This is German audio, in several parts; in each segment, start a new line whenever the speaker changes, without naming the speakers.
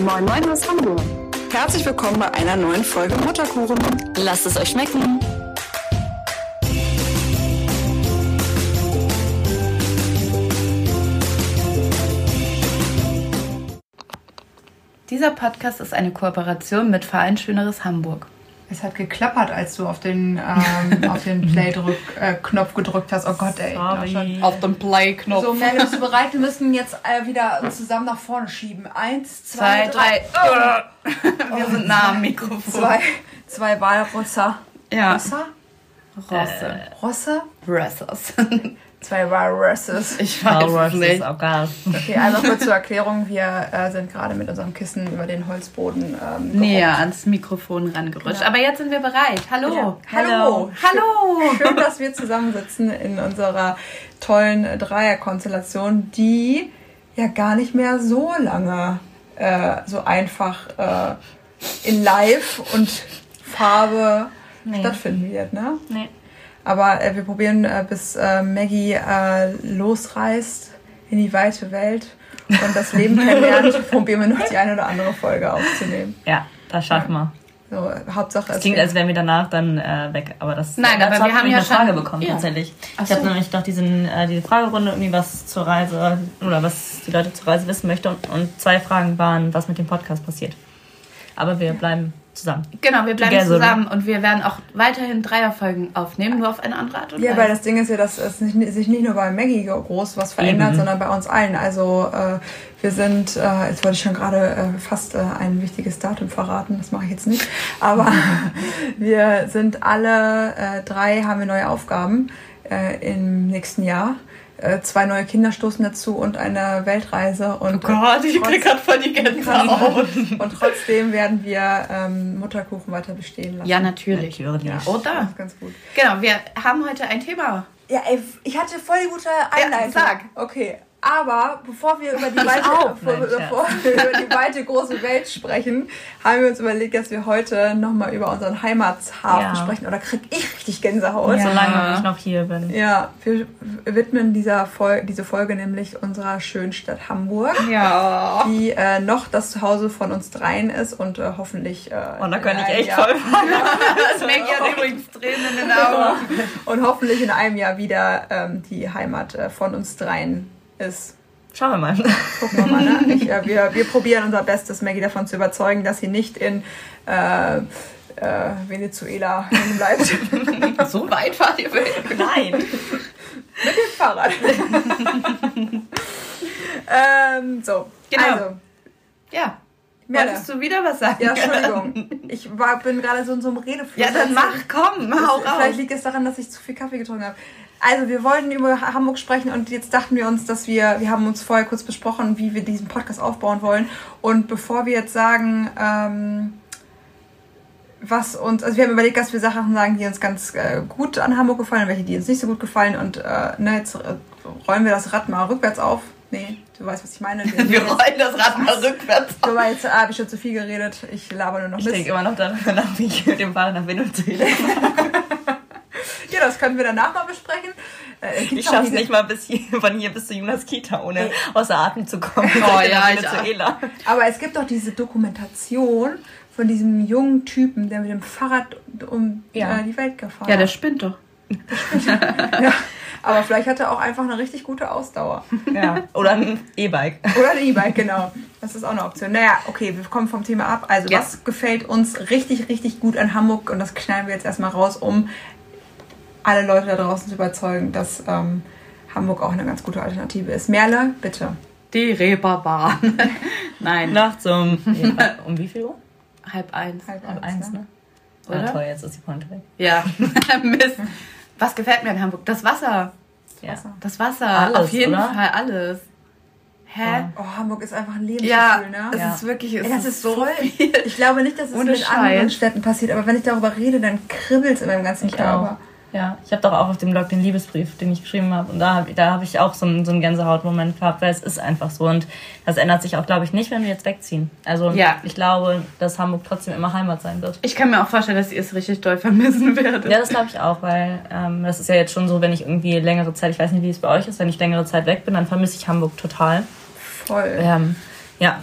Moin Moin aus Hamburg.
Herzlich willkommen bei einer neuen Folge Mutterkuchen.
Lasst es euch schmecken.
Dieser Podcast ist eine Kooperation mit Verein Schöneres Hamburg.
Es hat geklappert, als du auf den, ähm, auf den Play-Knopf gedrückt hast. Oh Gott, ey.
Sorry.
Schon.
Auf dem Play-Knopf.
So, Mel, bist du bereit? Wir müssen jetzt äh, wieder uns zusammen nach vorne schieben. Eins,
Zwei,
zwei,
drei. Oh. Wir sind nah am Mikrofon.
Zwei, zwei Walrosser.
Ja.
Rosser?
Rosse.
Rosse?
Rosses.
Zwei Walrusses.
Ich weiß es nicht.
Okay, einmal kurz zur Erklärung. Wir äh, sind gerade mit unserem Kissen über den Holzboden. Ähm,
Näher ans Mikrofon rangerutscht. Aber jetzt sind wir bereit. Hallo.
gerollt. Oh, Hallo.
Hallo.
Schön, dass wir zusammensitzen in unserer tollen äh, Dreierkonstellation, die ja gar nicht mehr so lange äh, so einfach äh, in Live und Farbe stattfinden wird. Ne?
Nee.
Aber äh, wir probieren, äh, bis äh, Maggie äh, losreist in die weite Welt und das Leben kennenlernt, probieren wir noch die eine oder andere Folge aufzunehmen.
Ja, das schaffen wir.
So, Hauptsache
Das klingt, als wären wir danach dann äh, weg, aber das
Nein, aber
dazu
wir
hab
haben
ich
ja
eine Frage
schon-
bekommen
ja.
tatsächlich.
Ach
Ich habe
so.
nämlich noch diesen, äh, diese Fragerunde irgendwie was zur Reise oder was die Leute zur Reise wissen möchten und, und zwei Fragen waren, was mit dem Podcast passiert. Aber wir bleiben zusammen.
Genau, wir bleiben
Together.
zusammen und wir werden auch weiterhin Dreierfolgen aufnehmen, nur auf eine andere Art und
Ja,
Weise.
weil das Ding ist ja, dass es nicht, sich nicht nur bei Maggie groß was
Mhm.
verändert, sondern bei uns allen. Also äh, wir sind, äh, jetzt wollte ich schon gerade äh, fast äh, ein wichtiges Datum verraten, das mache ich jetzt nicht. Aber wir sind alle äh, drei, haben wir neue Aufgaben äh, im nächsten Jahr. Äh, Zwei neue Kinder stoßen dazu und eine Weltreise. Und, oh
Gott, ich krieg grad voll die Gänsehaut.
Und trotzdem werden wir ähm, Mutterkuchen weiter bestehen lassen.
Ja, natürlich.
Natürlich. Ja.
Das
Oder?
ist ganz gut.
Genau, wir haben heute ein Thema.
Ja, ey, ich hatte voll die gute Einleitung.
sag.
Okay, aber bevor wir über die
auch.
weite, bevor,
Nein, Scherz.
bevor wir über die weite große Welt sprechen, haben wir uns überlegt, dass wir heute nochmal über unseren
Ja.
Heimatshafen sprechen. Oder krieg ich richtig Gänsehaut? Ja.
Solange ich noch hier bin.
wir widmen dieser Fol diese Folge nämlich unserer schönen Stadt Hamburg,
Ja.
die äh, noch das Zuhause von uns dreien ist und äh, hoffentlich. Äh,
Und Oh, da
in
könnte ich
einem
echt
Jahr-
voll fahren.
Das merkt ja übrigens Tränen in den Augen.
Und hoffentlich in einem Jahr wieder ähm, die Heimat äh, von uns dreien ist.
Schauen wir mal.
Gucken wir mal, ne? Ich, äh, wir, wir probieren unser Bestes, Maggie davon zu überzeugen, dass sie nicht in äh, äh, Venezuela hängen bleibt. Mit
So weit fahrt ihr weg.
Nein.
dem Fahrrad. ähm, so,
Genau.
also,
Ja.
Merle.
Wolltest du wieder was sagen?
Ja, Entschuldigung. Ich war, bin gerade so in so einem Redefluss.
Ja, dann mach, komm,
Es-
hau raus.
Vielleicht liegt es daran, dass ich zu viel Kaffee getrunken habe. Also, wir wollten über Ha- Hamburg sprechen und jetzt dachten wir uns, dass wir, wir haben uns vorher kurz besprochen, wie wir diesen Podcast aufbauen wollen. Und bevor wir jetzt sagen, ähm, was uns, also wir haben überlegt, dass wir Sachen sagen, die uns ganz äh, gut an Hamburg gefallen und welche, die uns nicht so gut gefallen. Und äh, ne, jetzt äh, rollen wir das Rad mal rückwärts auf. Nee, du weißt, was ich meine.
Wir rollen das Rad mal rückwärts.
Du weißt, jetzt habe ich schon zu viel geredet. Ich laber nur noch
Ich
Mist.
denke immer noch daran, nach, wie ich mit dem Fahrrad nach Venezuela
Ja, das können wir danach mal besprechen. Äh, gibt's
Ich
auch
schaff's
diese-
nicht mal bis hier, von hier bis zu Jonas Kita, ohne außer Atem zu kommen.
Oh
Ich
ja,
bin
ich
nach
auch.
Venezuela.
Aber es gibt auch diese Dokumentation von diesem jungen Typen, der mit dem Fahrrad um
Ja.
äh, die Welt gefahren
Ja, der
ist.
spinnt doch.
Ja. Aber vielleicht hat er auch einfach eine richtig gute Ausdauer.
Ja. Oder ein E-Bike.
Oder ein E-Bike, genau. Das ist auch eine Option. Naja, okay, wir kommen vom Thema ab. Also,
Ja.
was gefällt uns richtig, richtig gut an Hamburg? Und das knallen wir jetzt erstmal raus, um alle Leute da draußen zu überzeugen, dass ähm, Hamburg auch eine ganz gute Alternative ist. Merle, bitte.
Die Reeperbahn. Nein,
Nachts um, ja, um wie viel Uhr?
halb eins,
Halb
Um eins, ne?
oder?
Ah, toll, jetzt ist die Pointe weg.
Ja, Mist. Was gefällt mir in Hamburg? Das Wasser.
Ja.
Das Wasser.
Alles,
Auf jeden
oder?
Fall alles. Hä?
Oh, Hamburg ist einfach ein Lebensgefühl,
Ja,
ne?
es
Ja.
ist wirklich. Es
Ey, das ist voll.
viel.
Ich glaube nicht, dass es
Ohne
mit anderen
Scheiß.
Städten passiert, aber wenn ich darüber rede, dann kribbelt es in meinem ganzen
Ich auch.
Körper.
Ja, ich habe doch auch auf dem Blog den Liebesbrief, den ich geschrieben habe. Und da habe da hab ich auch so einen, so einen Gänsehautmoment gehabt, weil es ist einfach so. Und das ändert sich auch, glaube ich, nicht, wenn wir jetzt wegziehen. Also
Ja.
ich glaube, dass Hamburg trotzdem immer Heimat sein wird.
Ich kann mir auch vorstellen, dass ihr es richtig doll vermissen werdet.
Ja, das glaube ich auch, weil ähm, das ist ja jetzt schon so, wenn ich irgendwie längere Zeit, ich weiß nicht, wie es bei euch ist, wenn ich längere Zeit weg bin, dann vermisse ich Hamburg total.
Voll.
Ähm, ja,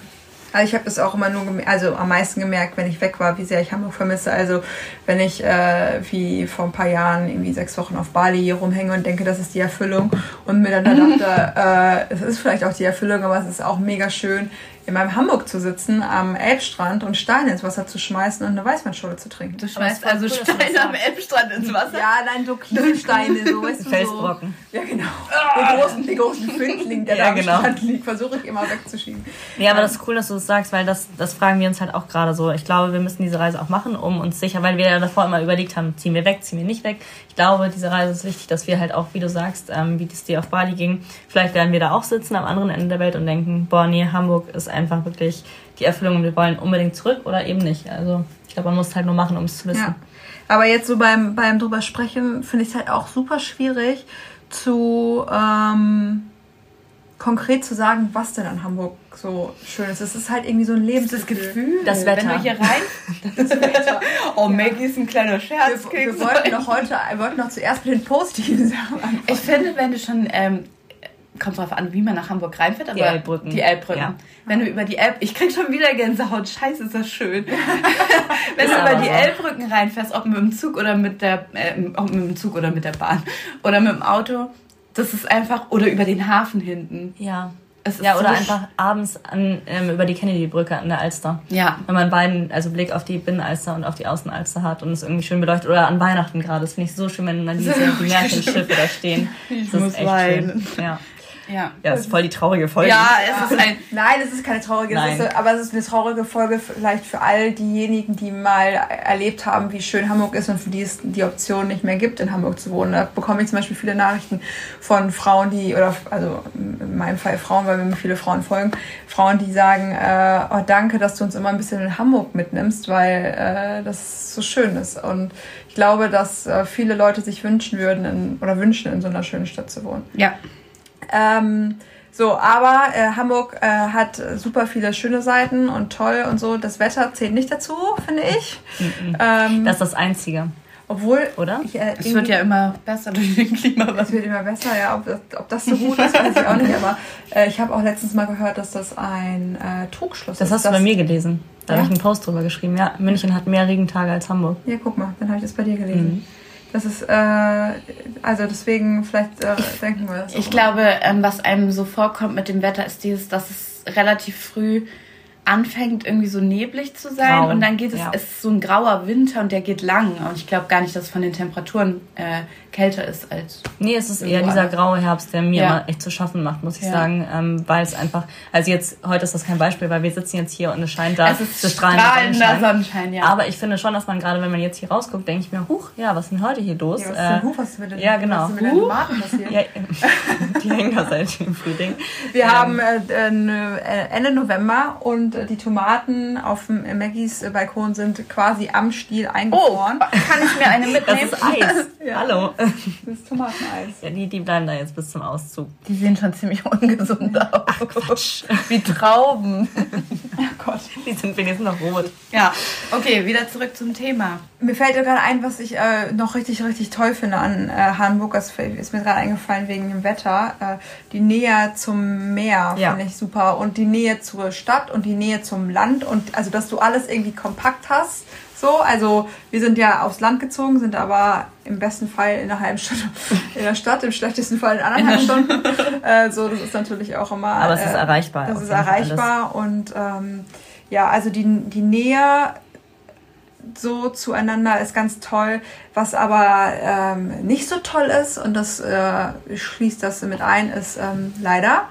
Also ich habe es auch immer nur, gem- also am meisten gemerkt, wenn ich weg war, wie sehr ich Hamburg vermisse. Also wenn ich äh, wie vor ein paar Jahren irgendwie sechs Wochen auf Bali hier rumhänge und denke, das ist die Erfüllung und mir dann dann dachte, äh, es ist vielleicht auch die Erfüllung, aber es ist auch mega schön, in meinem Hamburg zu sitzen, am Elbstrand und Steine ins Wasser zu schmeißen und eine Weißweinschorle zu trinken.
Du schmeißt
Aber es
also
war cool, dass du das
Steine am
sagst.
Elbstrand ins Wasser.
Ja, nein, so Kielsteine, so, weißt du,
Also, Felsbrocken.
So. Ja, genau. Den großen, den großen Findling, der
Ja,
da am
genau.
Strand liegt, versuche ich immer wegzuschieben.
Ja, aber das
Ähm.
ist cool, dass du das sagst, weil das, das fragen wir uns halt auch gerade so. Ich glaube, wir müssen diese Reise auch machen, um uns sicher, weil wir ja davor immer überlegt haben, ziehen wir weg, ziehen wir nicht weg. Ich glaube, diese Reise ist wichtig, dass wir halt auch, wie du sagst, ähm, wie das dir auf Bali ging, vielleicht werden wir da auch sitzen am anderen Ende der Welt und denken, boah, nee, Hamburg ist einfach wirklich die Erfüllung und wir wollen unbedingt zurück oder eben nicht. Also ich glaube, man muss es halt nur machen, um es zu wissen.
Ja. Aber jetzt so beim, beim drüber sprechen finde ich es halt auch super schwierig zu ähm, konkret zu sagen, was denn an Hamburg so schön ist. Es ist halt irgendwie so ein Lebensgefühl.
Das
Wenn
Wetter.
du hier rein. oh, Maggie ist ein kleiner
Wir,
Scherz.
wir wollten doch heute, wir wollten doch zuerst mit den positiven Sachen anfangen.
Ich finde, wenn du schon, ähm, kommt drauf an, wie man nach Hamburg reinfährt, aber
Elbbrücken.
Die Elbbrücken.
Ja.
Wenn du über die Elb, ich krieg schon wieder Gänsehaut, scheiße, ist das schön. wenn du
aber
über die
so.
Elbbrücken reinfährst, ob mit dem Zug oder mit der, äh, ob mit dem Zug oder mit der Bahn oder mit dem Auto, das ist einfach, oder über den Hafen hinten.
Ja.
Es ist
ja, oder
so
einfach abends an, ähm, über die Kennedy-Brücke an der Alster.
Ja.
Wenn man beiden, also Blick auf die Binnenalster und auf die Außenalster hat und es irgendwie schön beleuchtet. Oder an Weihnachten gerade. Das finde ich so schön, wenn dann diese die Märchenschiffe da stehen. Ich das
muss
ist echt
weinen.
schön. Ja.
Ja.
ja, das ist voll die traurige Folge.
Ja, es ist ein,
Nein, es ist keine traurige, es
Nein.
ist, so- aber es ist eine traurige Folge vielleicht für all diejenigen, die mal erlebt haben, wie schön Hamburg ist und für die es die Option nicht mehr gibt, in Hamburg zu wohnen. Da bekomme ich zum Beispiel viele Nachrichten von Frauen, die, oder also in meinem Fall Frauen, weil mir viele Frauen folgen, Frauen, die sagen, äh, oh danke, dass du uns immer ein bisschen in Hamburg mitnimmst, weil äh, das so schön ist. Und ich glaube, dass äh, viele Leute sich wünschen würden in, oder wünschen, in so einer schönen Stadt zu wohnen.
ja.
Ähm, so, aber äh, Hamburg äh, hat super viele schöne Seiten und toll und so. Das Wetter zählt nicht dazu, finde ich.
Mhm.
Ähm,
Das ist das Einzige.
obwohl,
Oder?
Ich, äh,
Es wird ja immer besser durch den
es
Klimawandel.
wird immer besser, ja. Ob das, ob das so gut ist, weiß ich auch nicht. Aber äh, ich habe auch letztens mal gehört, dass das ein äh, Trugschluss
Das
ist.
hast du bei mir gelesen. Da
Ja?
habe ich einen Post drüber geschrieben. Ja, München hat mehr Regentage als Hamburg.
Ja, guck mal, dann habe ich das bei dir gelesen.
Mhm.
Das ist, äh, also deswegen, vielleicht äh, denken wir das. auch
Ich
mal.
glaube, ähm, was einem so vorkommt mit dem Wetter, ist dieses, dass es relativ früh anfängt, irgendwie so neblig zu sein.
Grau,
Und dann geht es,
ja.
es ist so ein grauer Winter und der geht lang. Und ich glaube gar nicht, dass es von den Temperaturen äh, kälter ist als.
Nee, es ist eher
Irgendwo
dieser
anders.
graue Herbst, der mir
Ja.
immer echt zu schaffen macht, muss ich
Ja.
sagen. Ähm, weil es einfach, also jetzt, heute ist das kein Beispiel, weil wir sitzen jetzt hier und es scheint da,
es ist
zu strahlen.
strahlender Sonnenschein, ja.
Aber ich finde schon, dass man gerade, wenn man jetzt hier rausguckt, denke ich mir, huch, ja, was ist denn heute hier los?
Ja, was ist denn,
Äh,
Huf, was ist mit den,
ja, genau.
was ist mit den
Huh?
Tomaten passiert?
ja, die hängen da seit dem Frühling.
Wir haben äh, äh, ne- äh, Ende November und äh, die Tomaten auf dem äh, Maggies äh, Balkon sind quasi am Stiel eingefroren.
kann ich mir eine
Das
mitnehmen?
ist Eis. Hallo.
Das ist Tomateneis.
Ja, die, die bleiben da jetzt bis zum Auszug.
Die sehen schon ziemlich ungesund aus. Wie Trauben.
Oh Gott.
Die sind wenigstens noch rot.
Ja, okay, wieder zurück zum Thema.
Mir fällt gerade ein, was ich äh, noch richtig, richtig toll finde an äh, Hamburg. Das ist mir gerade eingefallen wegen dem Wetter. Äh, die Nähe zum Meer
Ja.
finde ich super. Und die Nähe zur Stadt und die Nähe zum Land. Und also, dass du alles irgendwie kompakt hast. So, also wir sind ja aufs Land gezogen, sind aber im besten Fall in einer halben Stunde in der Stadt, im schlechtesten Fall in anderthalb Stunden. Äh, so, das ist natürlich auch immer.
Aber es ist
äh,
erreichbar,
Das
auf
ist
jeden Fall
erreichbar. Und ähm, ja, also die, die Nähe so zueinander ist ganz toll. Was aber ähm, nicht so toll ist, und das äh, schließt das mit ein, ist ähm, leider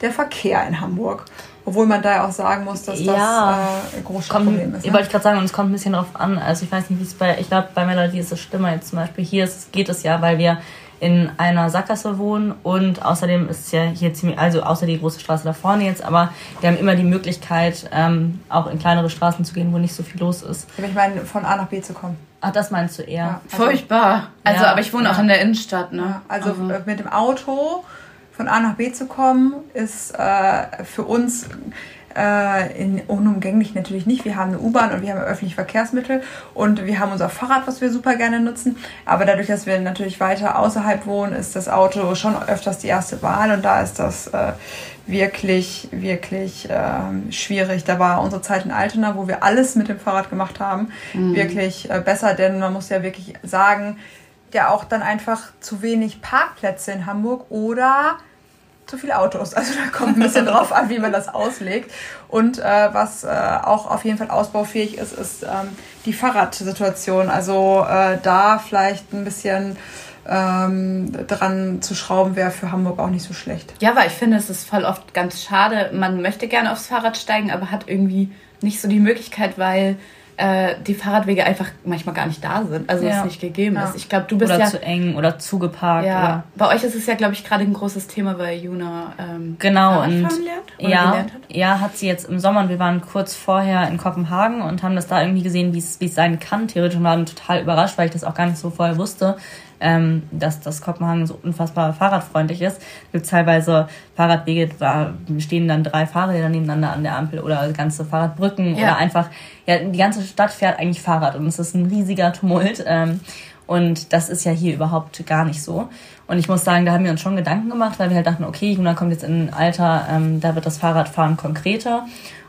der Verkehr in Hamburg. Obwohl man da ja auch sagen muss, dass das
Ja.
äh, ein großes
Kommt,
Problem ist.
Ich
Ne?
wollte gerade sagen, und es kommt ein bisschen drauf an. Also ich weiß nicht, wie es bei, ich glaube, bei Melody ist es schlimmer jetzt zum Beispiel. Hier ist, geht es ja, weil wir in einer Sackgasse wohnen und außerdem ist es ja hier ziemlich, also außer die große Straße da vorne jetzt, aber wir haben immer die Möglichkeit, ähm, auch in kleinere Straßen zu gehen, wo nicht so viel los ist.
Ich meine, von A nach B zu kommen.
Ach, Ah, das meinst du eher?
Ja.
Furchtbar. Also,
Ja,
aber ich wohne auch
ja.
in der Innenstadt, ne?
Also äh, mit dem Auto von A nach B zu kommen, ist äh, für uns äh, in, unumgänglich natürlich nicht. Wir haben eine U-Bahn und wir haben öffentliche Verkehrsmittel und wir haben unser Fahrrad, was wir super gerne nutzen. Aber dadurch, dass wir natürlich weiter außerhalb wohnen, ist das Auto schon öfters die erste Wahl und da ist das äh, wirklich, wirklich ähm, schwierig. Da war unsere Zeit in Altona, wo wir alles mit dem Fahrrad gemacht haben, wirklich äh, besser, denn man muss ja wirklich sagen, ja auch dann einfach zu wenig Parkplätze in Hamburg oder zu viele Autos. Also da kommt ein bisschen drauf an, wie man das auslegt. Und äh, was äh, auch auf jeden Fall ausbaufähig ist, ist ähm, die Fahrradsituation. Also äh, da vielleicht ein bisschen ähm, dran zu schrauben wäre für Hamburg auch nicht so schlecht.
Ja, weil ich finde, es ist voll oft ganz schade. Man möchte gerne aufs Fahrrad steigen, aber hat irgendwie nicht so die Möglichkeit, weil äh, die Fahrradwege einfach manchmal gar nicht da sind. Also
Ja.
es nicht gegeben
Ja.
ist. Ich glaube, du bist
Oder
ja.
zu eng oder zugeparkt.
ja,
Oder
bei euch ist es ja, glaube ich, gerade ein großes Thema, weil Juna ähm,
Genau,
Fahrradfahren
und
lernt oder
ja,
gelernt hat.
ja, hat sie jetzt im Sommer und wir waren kurz vorher in Kopenhagen und haben das da irgendwie gesehen, wie es wie es sein kann, theoretisch, und waren total überrascht, weil ich das auch gar nicht so vorher wusste, ähm, dass das Kopenhagen so unfassbar fahrradfreundlich ist. Es gibt teilweise Fahrradwege, da stehen dann drei Fahrräder nebeneinander an der Ampel oder ganze Fahrradbrücken
Ja.
oder einfach, ja, die ganze Stadt fährt eigentlich Fahrrad und es ist ein riesiger Tumult. Ähm, und das ist ja hier überhaupt gar nicht so. Und ich muss sagen, da haben wir uns schon Gedanken gemacht, weil wir halt dachten, okay, Juna kommt jetzt in ein Alter, ähm, da wird das Fahrradfahren konkreter.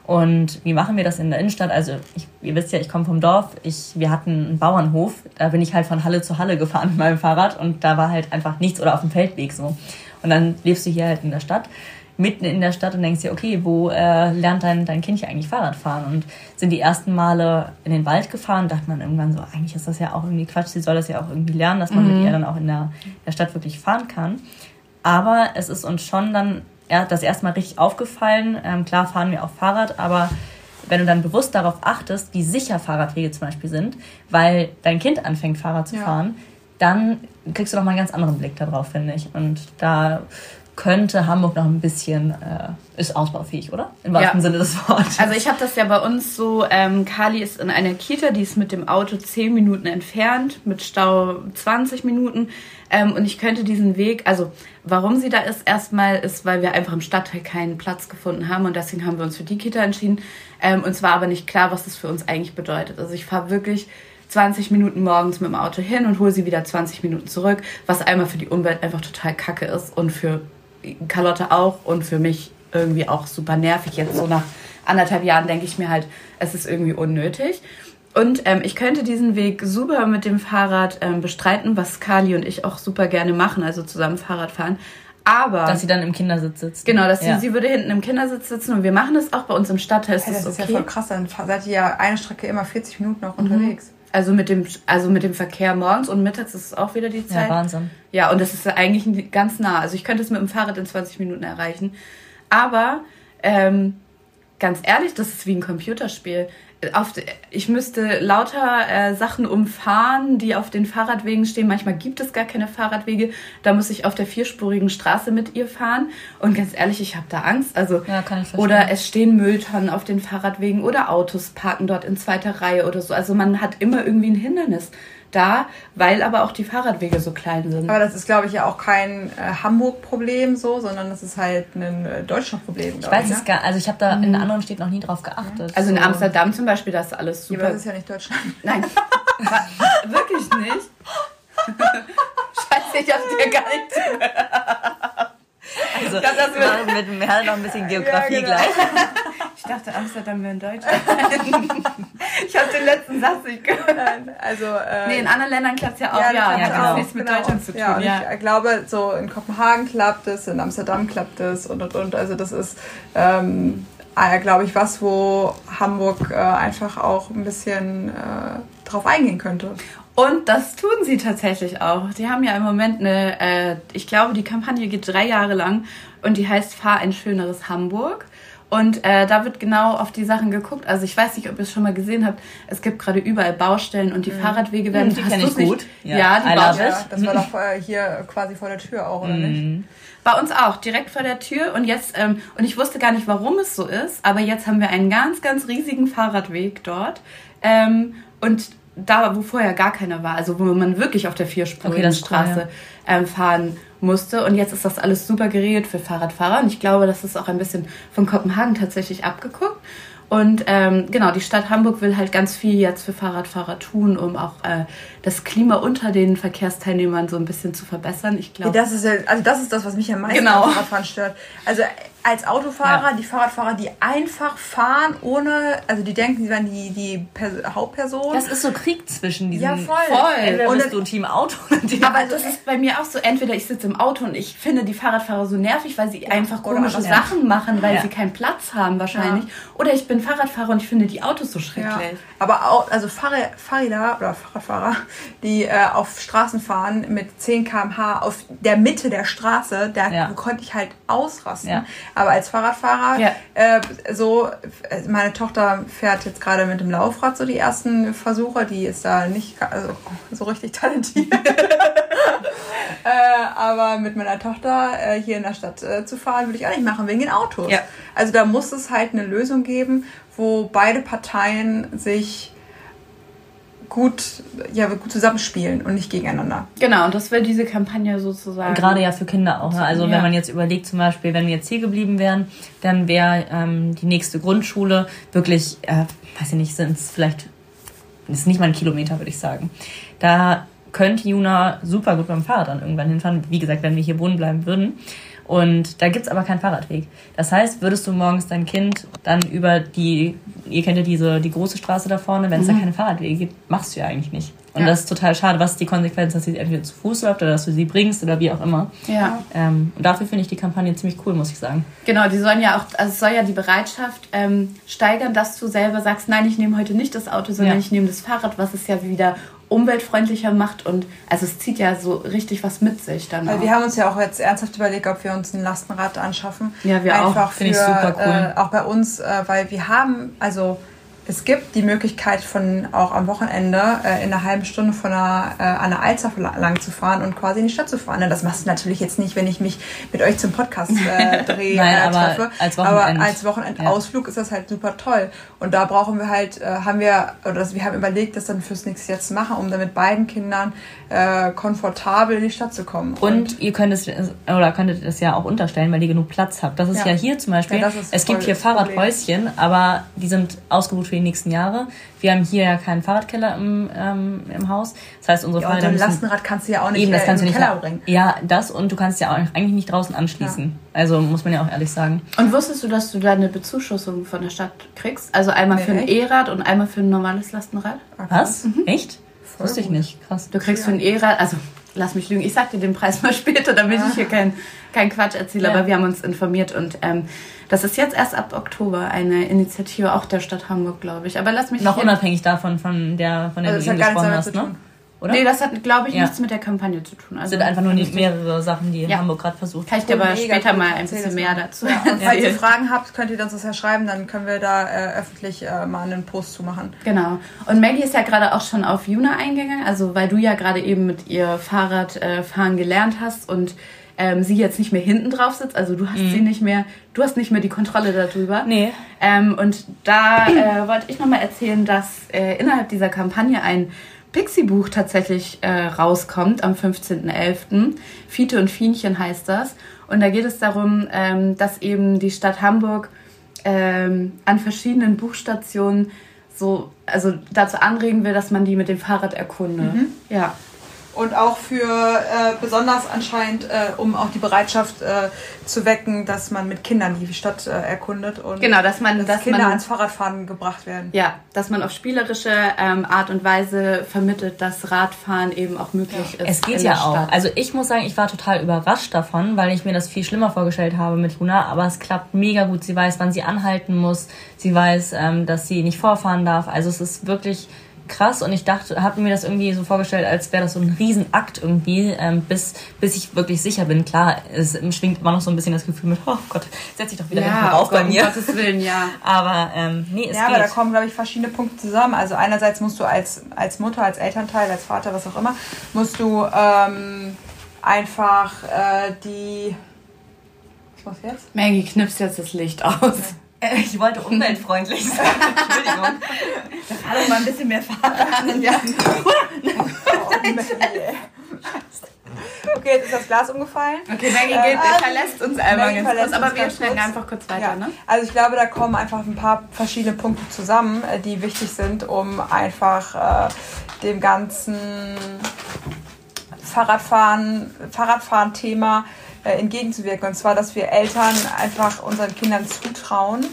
Und wie machen wir das in der Innenstadt? Also, ich, ihr wisst ja, ich komme vom Dorf. Ich, wir hatten einen Bauernhof. Da bin ich halt von Halle zu Halle gefahren mit meinem Fahrrad. Und da war halt einfach nichts oder auf dem Feldweg so. Und dann lebst du hier halt in der Stadt mitten in der Stadt und denkst dir, okay, wo äh, lernt dein, dein Kind hier eigentlich Fahrrad fahren? Und sind die ersten Male in den Wald gefahren, dachte man irgendwann so, eigentlich ist das ja auch irgendwie Quatsch, sie soll das ja auch irgendwie lernen, dass man mit ihr dann auch in der, der Stadt wirklich fahren kann. Aber es ist uns schon dann er- das erstmal richtig aufgefallen. Ähm, klar fahren wir auch Fahrrad, aber wenn du dann bewusst darauf achtest, wie sicher Fahrradwege zum Beispiel sind, weil dein Kind anfängt, Fahrrad zu
Ja.
fahren, dann kriegst du noch mal einen ganz anderen Blick darauf, finde ich. Und da könnte Hamburg noch ein bisschen, äh, ist ausbaufähig, oder? Im
Ja.
wahrsten Sinne des Wortes.
Also ich habe das ja bei uns so, ähm, Kali ist in einer Kita, die ist mit dem Auto 10 Minuten entfernt, mit Stau 20 Minuten. Ähm, und ich könnte diesen Weg, also warum sie da ist, erstmal ist, weil wir einfach im Stadtteil keinen Platz gefunden haben und deswegen haben wir uns für die Kita entschieden. Ähm, uns war aber nicht klar, was das für uns eigentlich bedeutet. Also ich fahre wirklich 20 Minuten morgens mit dem Auto hin und hole sie wieder 20 Minuten zurück, was einmal für die Umwelt einfach total kacke ist und für Carlotta auch und für mich irgendwie auch super nervig. Jetzt so nach anderthalb Jahren denke ich mir halt, es ist irgendwie unnötig. Und ähm, ich könnte diesen Weg super mit dem Fahrrad ähm, bestreiten, was Kali und ich auch super gerne machen, also zusammen Fahrrad fahren. Aber
dass sie dann im Kindersitz sitzt.
genau, dass
ja.
sie, sie würde hinten im Kindersitz sitzen und wir machen das auch bei uns im Stadtteil. Ist
Hey, das
das
ist ja
okay?
voll krass, dann fahr- seid ihr ja eine Strecke immer 40 Minuten noch unterwegs.
also mit dem also mit dem Verkehr morgens und mittags ist es auch wieder die Zeit.
Ja, Wahnsinn.
Ja, und das ist eigentlich ganz nah. Also ich könnte es mit dem Fahrrad in 20 Minuten erreichen. Aber ähm, ganz ehrlich, das ist wie ein Computerspiel. Auf, de- ich müsste lauter äh, Sachen umfahren, die auf den Fahrradwegen stehen. Manchmal gibt es gar keine Fahrradwege. Da muss ich auf der vierspurigen Straße mit ihr fahren. Und ganz ehrlich, ich habe da Angst. Also,
Ja, kann ich verstehen.
Oder es stehen Mülltonnen auf den Fahrradwegen oder Autos parken dort in zweiter Reihe oder so. Also man hat immer irgendwie ein Hindernis da, weil aber auch die Fahrradwege so klein sind.
Aber das ist, glaube ich, ja auch kein äh, Hamburg-Problem so, sondern das ist halt ein äh, Deutschland-Problem. ne?
Ich weiß es gar also ich habe da in anderen Städten noch nie drauf geachtet.
Mhm. Also in
So.
Amsterdam zum Beispiel, das ist alles
Ja, aber
super.
das ist ja nicht Deutschland.
Nein, wa- wirklich nicht. Scheiße, ich hab's dir gar nicht
Also,
glaub, das wird-
mit dem Herrn noch ein bisschen Geografie
genau.
gleich.
Ich dachte, Amsterdam wäre in Deutschland. ich habe den letzten Satz nicht gehört.
Also, äh,
Nee, in anderen Ländern klappt's ja auch. Ja,
ja, das hat
ja,
das
genau.
hat nichts mit Deutschland zu tun.
Ja, und
Ja.
Ich glaube, so in Kopenhagen klappt es, in Amsterdam klappt es und und und. Also das ist, ähm, ah, glaube ich, was, wo Hamburg äh, einfach auch ein bisschen äh, drauf eingehen könnte.
Und das tun sie tatsächlich auch. Die haben ja im Moment eine, äh, ich glaube, die Kampagne geht drei Jahre lang und die heißt Fahr ein schöneres Hamburg. Und äh, da wird genau auf die Sachen geguckt. Also ich weiß nicht, ob ihr es schon mal gesehen habt. Es gibt gerade überall Baustellen und die Fahrradwege werden.
Mhm, die
Hast
kenn
du's
ich
nicht?
gut.
Ja,
Ja, I
die
love
Baustellen.
it.
Ja, das war doch äh, hier quasi vor der Tür auch, oder nicht?
Mhm. Bei uns auch, direkt vor der Tür. Und jetzt, ähm, und ich wusste gar nicht, warum es so ist, aber jetzt haben wir einen ganz, ganz riesigen Fahrradweg dort. Ähm, und da, wo vorher gar keiner war, also wo man wirklich auf der
Okay, das
vierspurigen
ist cool,
Straße ähm, fahren musste. Und jetzt ist das alles super geregelt für Fahrradfahrer. Und ich glaube, das ist auch ein bisschen von Kopenhagen tatsächlich abgeguckt. Und ähm, genau, die Stadt Hamburg will halt ganz viel jetzt für Fahrradfahrer tun, um auch äh, das Klima unter den Verkehrsteilnehmern so ein bisschen zu verbessern. Ich
Ja,
glaube,
das ist ja, also das ist das, was mich am meisten
Genau.
am Fahrradfahren stört. Also als Autofahrer,
Ja.
die Fahrradfahrer, die einfach fahren, ohne, also die denken, sie wären die, die Pers Hauptperson.
Das ist so Krieg zwischen diesen.
ja, voll.
voll.
Entweder
Und
bist
dann-
du Team Auto oder Team
Aber das ist bei mir auch so, entweder ich sitze im Auto und ich finde die Fahrradfahrer so nervig, weil sie einfach
oder
komische
andersrum.
Sachen machen, weil
Ja.
sie keinen Platz haben wahrscheinlich. Oder ich bin Fahrradfahrer und ich finde die Autos so
Ja.
schrecklich.
Aber auch, also Fahrrä- Fahrräder oder Fahrradfahrer, die äh, auf Straßen fahren mit 10 km/h auf der Mitte der Straße, da
Ja.
konnte ich halt ausrasten.
Ja.
Aber als Fahrradfahrer,
Ja.
äh, so, äh, meine Tochter fährt jetzt gerade mit dem Laufrad so die ersten Versuche, die ist da nicht ga- also, so richtig talentiert. äh, aber mit meiner Tochter äh, hier in der Stadt äh, zu fahren, würde ich auch nicht machen, wegen den Autos.
Ja.
Also da muss es halt eine Lösung geben, wo beide Parteien sich gut, ja, gut zusammenspielen und nicht gegeneinander.
Genau, und das will diese Kampagne sozusagen.
Gerade ja für Kinder auch. Ne? Also
Ja.
wenn man jetzt überlegt, zum Beispiel, wenn wir jetzt hier geblieben wären, dann wäre ähm, die nächste Grundschule wirklich, äh, weiß ich nicht, sind es vielleicht, ist nicht mal ein Kilometer, würde ich sagen. Da könnte Juna super gut beim Fahrrad dann irgendwann hinfahren. Wie gesagt, wenn wir hier wohnen bleiben würden. Und da gibt's aber keinen Fahrradweg. Das heißt, würdest du morgens dein Kind dann über die, ihr kennt ja diese, die große Straße da vorne, wenn es da keine Fahrradwege gibt, machst du ja eigentlich nicht. Und
Mhm. Ja.
das ist total schade, was ist die Konsequenz, dass sie entweder zu Fuß läuft oder dass du sie bringst oder wie auch immer.
Ja.
Ähm, und dafür finde ich die Kampagne ziemlich cool, muss ich sagen.
Genau, die sollen ja auch, also es soll ja die Bereitschaft ähm, steigern, dass du selber sagst, nein, ich nehme heute nicht das Auto, sondern
Ja.
ich nehme das Fahrrad, was es ja wieder umweltfreundlicher macht und also es zieht ja so richtig was mit sich dann.
Weil
auch.
wir haben uns ja auch jetzt ernsthaft überlegt, ob wir uns ein Lastenrad anschaffen.
Ja, wir auch.
Einfach
Finde ich
für,
super cool.
Äh, auch bei uns, äh, weil wir haben, also es gibt die Möglichkeit von auch am Wochenende äh, in einer halben Stunde von einer, äh, an der Alster lang zu fahren und quasi in die Stadt zu fahren. Und Das machst du natürlich jetzt nicht, wenn ich mich mit euch zum Podcast äh, drehe.
Nein,
äh,
aber
treffe.
als Wochenend-
aber als Wochenendausflug ist das halt super toll. Und da brauchen wir halt, äh, haben wir, oder das- wir haben überlegt, das dann fürs nächste Jahr zu machen, um dann mit beiden Kindern äh, komfortabel in die Stadt zu kommen.
Und ihr könnt es oder könntet es ja auch unterstellen, weil ihr genug Platz habt. Das ist ja,
Ja.
hier zum Beispiel.
Ja, das ist
es gibt
voll
hier
das Problem.
Fahrradhäuschen, aber die sind ausgebucht für die nächsten Jahre. Wir haben hier ja keinen Fahrradkeller im, ähm, im Haus. Das heißt, unsere
Ja, und
Fahrräder
ein
müssen
Lastenrad kannst du ja auch nicht
eben, das
äh,
kannst du
in den
nicht
Keller
ver-
bringen.
Ja, das und du kannst ja auch eigentlich nicht draußen anschließen. Also muss man ja auch ehrlich sagen.
Und wusstest du, dass du da eine Bezuschussung von der Stadt kriegst? Also einmal für ein
Nee.
E-Rad und einmal für ein normales Lastenrad?
Was? Echt?
Mhm. Voll
Wusste ich
gut.
nicht. Krass.
Du kriegst für ein E-Rad, also lass mich lügen, ich sag dir den Preis mal später, damit ich hier keinen kein Quatsch erzähle,
Ja.
aber wir haben uns informiert und ähm, das ist jetzt erst ab Oktober eine Initiative auch der Stadt Hamburg, glaube ich. Aber lass mich
Noch
hier-
unabhängig davon, von der, von der
Also
du eben
das hat gar
gesprochen
nichts
hast,
damit
ne? Oder?
Nee, das hat, glaube ich,
Ja.
nichts mit der Kampagne zu tun. Also
sind einfach nur nicht mehrere Sachen, die
Ja.
Hamburg gerade versucht.
Kann ich dir aber
Mega
später
cool,
mal ein
erzähl
bisschen
das
mehr
mal.
dazu
Und falls ihr
erzählen.
Fragen habt, könnt ihr uns das ja schreiben, dann können wir da äh, öffentlich äh, mal einen Post zu machen.
Genau. Und Maggie ist ja gerade auch schon auf Juna eingegangen, also weil du ja gerade eben mit ihr Fahrrad äh, fahren gelernt hast und ähm, sie jetzt nicht mehr hinten drauf sitzt, also du hast sie nicht mehr, du hast nicht mehr die Kontrolle darüber.
Nee.
Ähm, und da äh, wollte ich nochmal erzählen, dass äh, innerhalb dieser Kampagne ein Pixie-Buch tatsächlich äh, rauskommt am 15.11. Fiete und Fienchen heißt das. Und da geht es darum, ähm, dass eben die Stadt Hamburg ähm, an verschiedenen Buchstationen so, also dazu anregen will, dass man die mit dem Fahrrad erkunde.
Mhm.
Ja.
Und auch für äh, besonders anscheinend, äh, um auch die Bereitschaft äh, zu wecken, dass man mit Kindern die Stadt äh, erkundet und
Genau, dass man,
dass
dass
Kinder
man
ans Fahrradfahren gebracht werden.
Ja, dass man auf spielerische ähm, Art und Weise vermittelt, dass Radfahren eben auch möglich ist.
Es geht
in
ja
der
auch.
Stadt.
Also ich muss sagen, ich war total überrascht davon, weil ich mir das viel schlimmer vorgestellt habe mit Luna. Aber es klappt mega gut. Sie weiß, wann sie anhalten muss. Sie weiß, ähm, dass sie nicht vorfahren darf. Also es ist wirklich krass. Und ich dachte, habe mir das irgendwie so vorgestellt, als wäre das so ein Riesenakt irgendwie, ähm, bis bis ich wirklich sicher bin. Klar, es schwingt immer noch so ein bisschen das Gefühl mit, oh Gott, setz dich doch wieder
ja,
ja, auf
oh
bei
Gott,
mir.
Um Gottes Willen, ja.
Aber ähm, nee, es
Ja,
geht.
aber da kommen, glaube ich, verschiedene Punkte zusammen. Also einerseits musst du als, als Mutter, als Elternteil, als Vater, was auch immer, musst du ähm, einfach äh, die... Was muss ich jetzt?
Maggie knipst jetzt das Licht aus.
Äh, Ich wollte umweltfreundlich sein. Entschuldigung.
Fahr doch mal ein bisschen mehr Fahrrad.
Oh, Okay, jetzt ist das Glas umgefallen.
Okay, Maggie
Äh,
geht,
also,
verlässt uns einmal
Maggie
ganz
verlässt
kurz, aber
uns
wir
ganz
schneiden
kurz.
einfach kurz weiter,
Ja.
ne?
Also ich glaube, da kommen einfach ein paar verschiedene Punkte zusammen, äh, die wichtig sind, um einfach äh, dem ganzen Fahrradfahren, Fahrradfahren-Thema äh, entgegenzuwirken. Und zwar, dass wir Eltern einfach unseren Kindern zutrauen,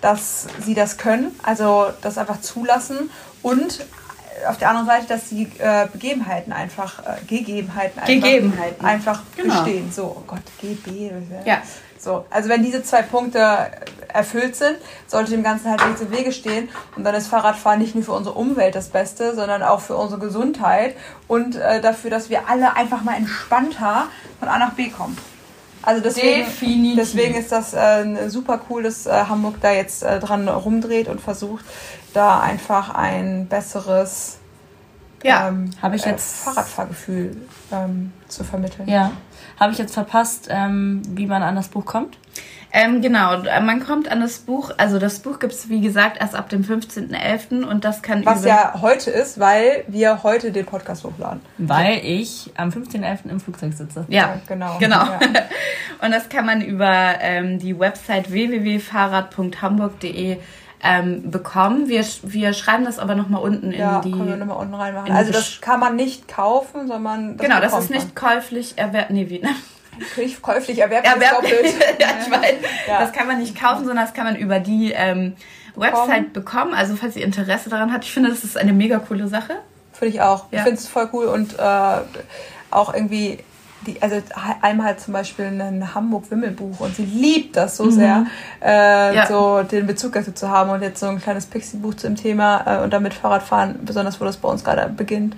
dass sie das können, also das einfach zulassen und äh, auf der anderen Seite, dass die äh, Begebenheiten einfach, äh, Gegebenheiten einfach,
Gegebenheiten.
einfach
Genau.
bestehen. So, oh Gott, GB.
Ja.
So, also wenn diese zwei Punkte erfüllt sind, sollte dem Ganzen halt nichts im Wege stehen. Und dann ist Fahrradfahren nicht nur für unsere Umwelt das Beste, sondern auch für unsere Gesundheit und äh, dafür, dass wir alle einfach mal entspannter von A nach B kommen. Also deswegen,
Definitiv.
deswegen ist das äh, super cool, dass äh, Hamburg da jetzt äh, dran rumdreht und versucht, da einfach ein besseres
Ja.
ähm,
Habe ich
äh,
jetzt-
Fahrradfahrgefühl ähm, zu vermitteln.
Ja. Habe ich jetzt verpasst, ähm, wie man an das Buch kommt?
Ähm, genau, man kommt an das Buch, also das Buch gibt es wie gesagt erst ab dem 15.11. und das kann
Was
über-
ja heute ist, weil wir heute den Podcast hochladen.
Weil ich am 15.11. im Flugzeug sitze.
ja,
genau.
Genau.
Ja.
Und das kann man über ähm, die Website www.fahrrad.hamburg.de ähm, bekommen. Wir, sch- wir schreiben das aber nochmal unten in
Ja,
die.
können wir nochmal unten reinmachen.
in die
Also das
Besch-
kann man nicht kaufen, sondern das
genau, das ist
bekommt
nicht käuflich erwerb. Nee, wie?
man. Käuf- käuflich erwerblich
Erwerblich.
doppelt.
ja, ich weiß.
Ja.
Das kann man nicht kaufen, sondern das kann man über die ähm, Website bekommen. Also falls ihr Interesse daran habt, ich finde, das ist eine mega coole Sache.
Finde ich auch. Ich
Ja.
finde es voll cool und äh, auch irgendwie, die, also einmal hat zum Beispiel ein Hamburg-Wimmelbuch und sie liebt das so sehr, äh,
Mhm. Ja.
so den Bezug dazu zu haben und jetzt so ein kleines Pixie-Buch zum Thema äh, und damit Fahrradfahren, besonders wo das bei uns gerade beginnt,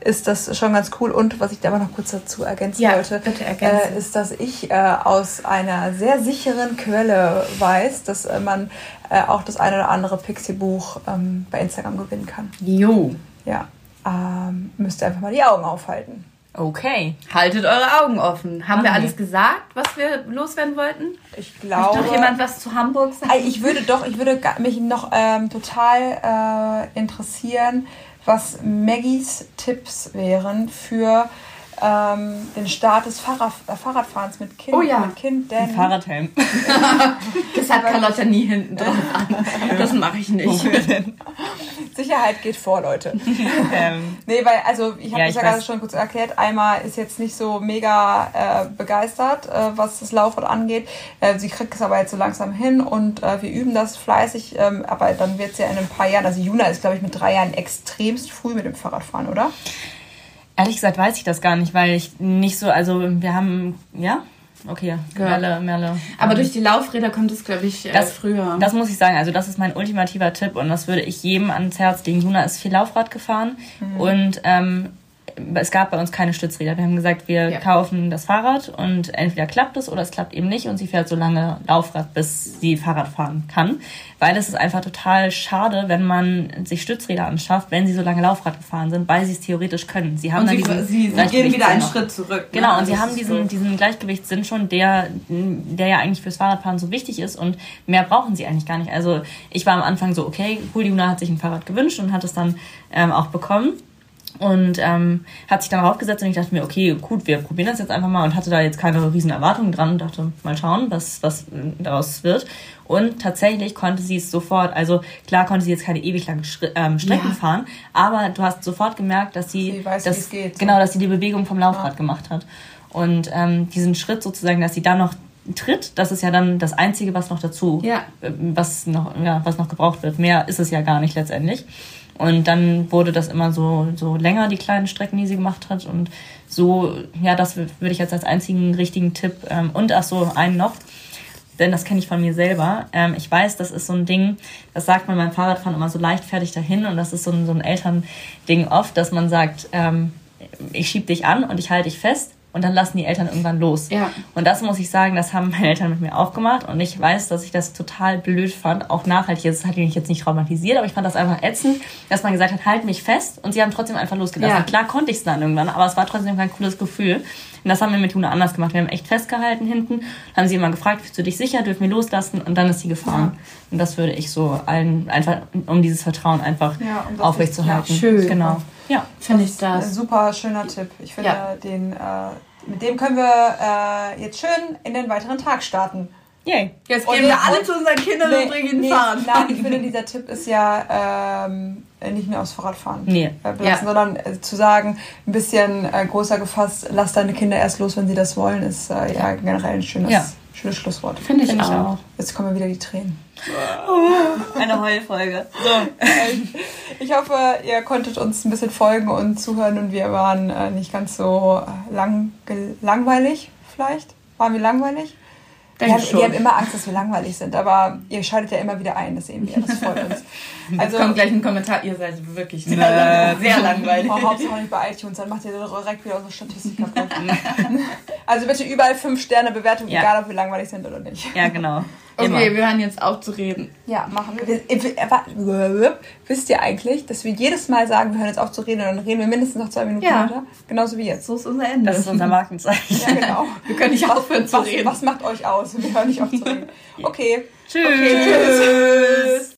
ist das schon ganz cool. Und was ich da aber noch kurz dazu ergänzen
Ja,
wollte,
bitte ergänzen.
Äh, ist, dass ich äh, aus einer sehr sicheren Quelle weiß, dass äh, man äh, auch das eine oder andere Pixie-Buch ähm, bei Instagram gewinnen kann.
Jo.
Ja, ähm, müsst ihr einfach mal die Augen aufhalten.
Okay.
Haltet eure Augen offen. Haben wir
Machen wir.
alles gesagt, was wir loswerden wollten?
Ich
Möchte
glaube.
noch jemand was zu Hamburg sagen?
Ey, ich würde doch, ich würde ga- mich noch ähm, total äh, interessieren, was Maggies Tipps wären für ähm, den Start des Fahrrad, äh, Fahrradfahrens mit Kind.
Oh ja.
Mit kind denn
Fahrradhelm.
Das hat Carlotta nie hinten drauf an. Das mache ich nicht.
Sicherheit geht vor, Leute.
ähm,
Nee, weil, also ich habe
Ja,
das
ich
ja gerade
weiß.
schon kurz erklärt. Einmal ist jetzt nicht so mega äh, begeistert, äh, was das Laufrad angeht. Äh, sie kriegt es aber jetzt so langsam hin und äh, wir üben das fleißig. Ähm, aber dann wird sie ja in ein paar Jahren, also Juna ist, glaube ich, mit drei Jahren extremst früh mit dem Fahrrad fahren, oder?
ehrlich gesagt weiß ich das gar nicht, weil ich nicht so, also wir haben, ja? Okay, Merle, Merle.
Aber durch die Laufräder kommt es, glaube ich, äh,
das,
früher.
Das muss ich sagen. Also, das ist mein ultimativer Tipp und das würde ich jedem ans Herz legen. Juna ist viel Laufrad gefahren
Mhm.
und ähm, es gab bei uns keine Stützräder. Wir haben gesagt, wir
Ja.
kaufen das Fahrrad und entweder klappt es oder es klappt eben nicht und sie fährt so lange Laufrad, bis sie Fahrrad fahren kann. Weil es ist einfach total schade, wenn man sich Stützräder anschafft, wenn sie so lange Laufrad gefahren sind, weil sie es theoretisch können. Sie haben
und
dann
sie,
diesen
sie, sie gehen
Gleichgewichtssinn
wieder einen
noch.
Schritt zurück. ne?
Genau, und sie
Also
haben
es ist
diesen,
so.
diesen Gleichgewichtssinn schon, der, der ja eigentlich fürs Fahrradfahren so wichtig ist und mehr brauchen sie eigentlich gar nicht. Also ich war am Anfang so, okay, cool, die Juna hat sich ein Fahrrad gewünscht und hat es dann ähm, auch bekommen und ähm, hat sich dann raufgesetzt und ich dachte mir, okay, gut, wir probieren das jetzt einfach mal und hatte da jetzt keine riesen Erwartungen dran und dachte, mal schauen, was, was äh, daraus wird. Und tatsächlich konnte sie es sofort, also klar konnte sie jetzt keine ewig langen Schri- ähm, Strecken
Ja.
fahren, aber du hast sofort gemerkt, dass sie,
Sie weiß, wie
dass,
es geht, so.
genau, dass sie die Bewegung vom Laufrad gemacht hat. Und ähm, diesen Schritt sozusagen, dass sie da noch tritt, das ist ja dann das Einzige, was noch dazu,
Ja.
äh, was, noch, ja, was noch gebraucht wird. Mehr ist es ja gar nicht letztendlich. Und dann wurde das immer so, so länger, die kleinen Strecken, die sie gemacht hat. Und so, ja, das wür- würde ich jetzt als einzigen richtigen Tipp. Ähm, und ach so, einen noch denn das kenne ich von mir selber. Ähm, ich weiß, das ist so ein Ding, das sagt man beim Fahrradfahren immer so leichtfertig dahin und das ist so ein, so ein Elternding oft, dass man sagt, ähm, ich schieb dich an und ich halte dich fest und dann lassen die Eltern irgendwann los.
Ja.
Und das muss ich sagen, das haben meine Eltern mit mir auch gemacht und ich weiß, dass ich das total blöd fand, auch nachhaltig. Das hat mich jetzt nicht traumatisiert, aber ich fand das einfach ätzend, dass man gesagt hat, halt mich fest und sie haben trotzdem einfach losgelassen.
Ja.
Klar konnte ich es dann irgendwann, aber es war trotzdem kein cooles Gefühl. Und das haben wir mit Huna anders gemacht. Wir haben echt festgehalten hinten, haben sie immer gefragt, fühlst du dich sicher, dürfen wir loslassen? Und dann ist sie gefahren. Und das würde ich so allen einfach, um dieses Vertrauen einfach
Ja, um das
aufrechtzuerhalten.
nicht-
ja, schön.
Genau. Ja.
Finde ich
Ein
das.
super schöner Tipp. Ich finde
Ja.
den, äh, mit dem können wir äh, jetzt schön in den weiteren Tag starten.
Yay.
Jetzt
Und
gehen wir
jetzt-
alle zu unseren Kindern und bringen ihnen Fahrrad.
nein, ich finde, dieser Tipp ist ja ähm, nicht nur aufs Fahrradfahren
Nee.
äh, belassen,
Ja.
sondern äh, zu sagen, ein bisschen äh, größer gefasst, lass deine Kinder erst los, wenn sie das wollen, ist äh, ja generell ein schönes,
Ja.
schönes Schlusswort.
Finde ich,
Finde ich
auch.
auch.
Jetzt kommen wieder die Tränen.
Eine Heulfolge.
Ich hoffe, ihr konntet uns ein bisschen folgen und zuhören und wir waren äh, nicht ganz so äh, lang, gel- langweilig vielleicht. Waren wir langweilig? Wir
Denke
haben,
schon.
wir haben immer Angst, dass wir langweilig sind, aber ihr schaltet ja immer wieder ein, das sehen wir. Das freut uns. Also,
Kommt gleich ein Kommentar, ihr seid wirklich sehr, sehr langweilig.
Oh, Hauptsache nicht bei iTunes, dann macht ihr direkt wieder unsere Statistik kaputt. also bitte überall 5 Sterne Bewertung,
Ja.
egal ob wir langweilig sind oder nicht.
Ja, genau. Immer.
Okay, wir hören jetzt auf zu reden.
Ja, machen wir. wir- wir- äh, aber- Wisst ihr eigentlich, dass wir jedes Mal sagen, wir hören jetzt auf zu reden und dann reden wir mindestens noch zwei Minuten
Ja.
weiter? Genauso wie jetzt.
So ist unser Ende.
Das ist unser Markenzeichen.
Ja, genau.
wir können nicht aufhören zu
was,
reden.
was macht euch aus? Wir hören nicht auf zu reden. Okay.
Tschüss.
Okay, tschüss.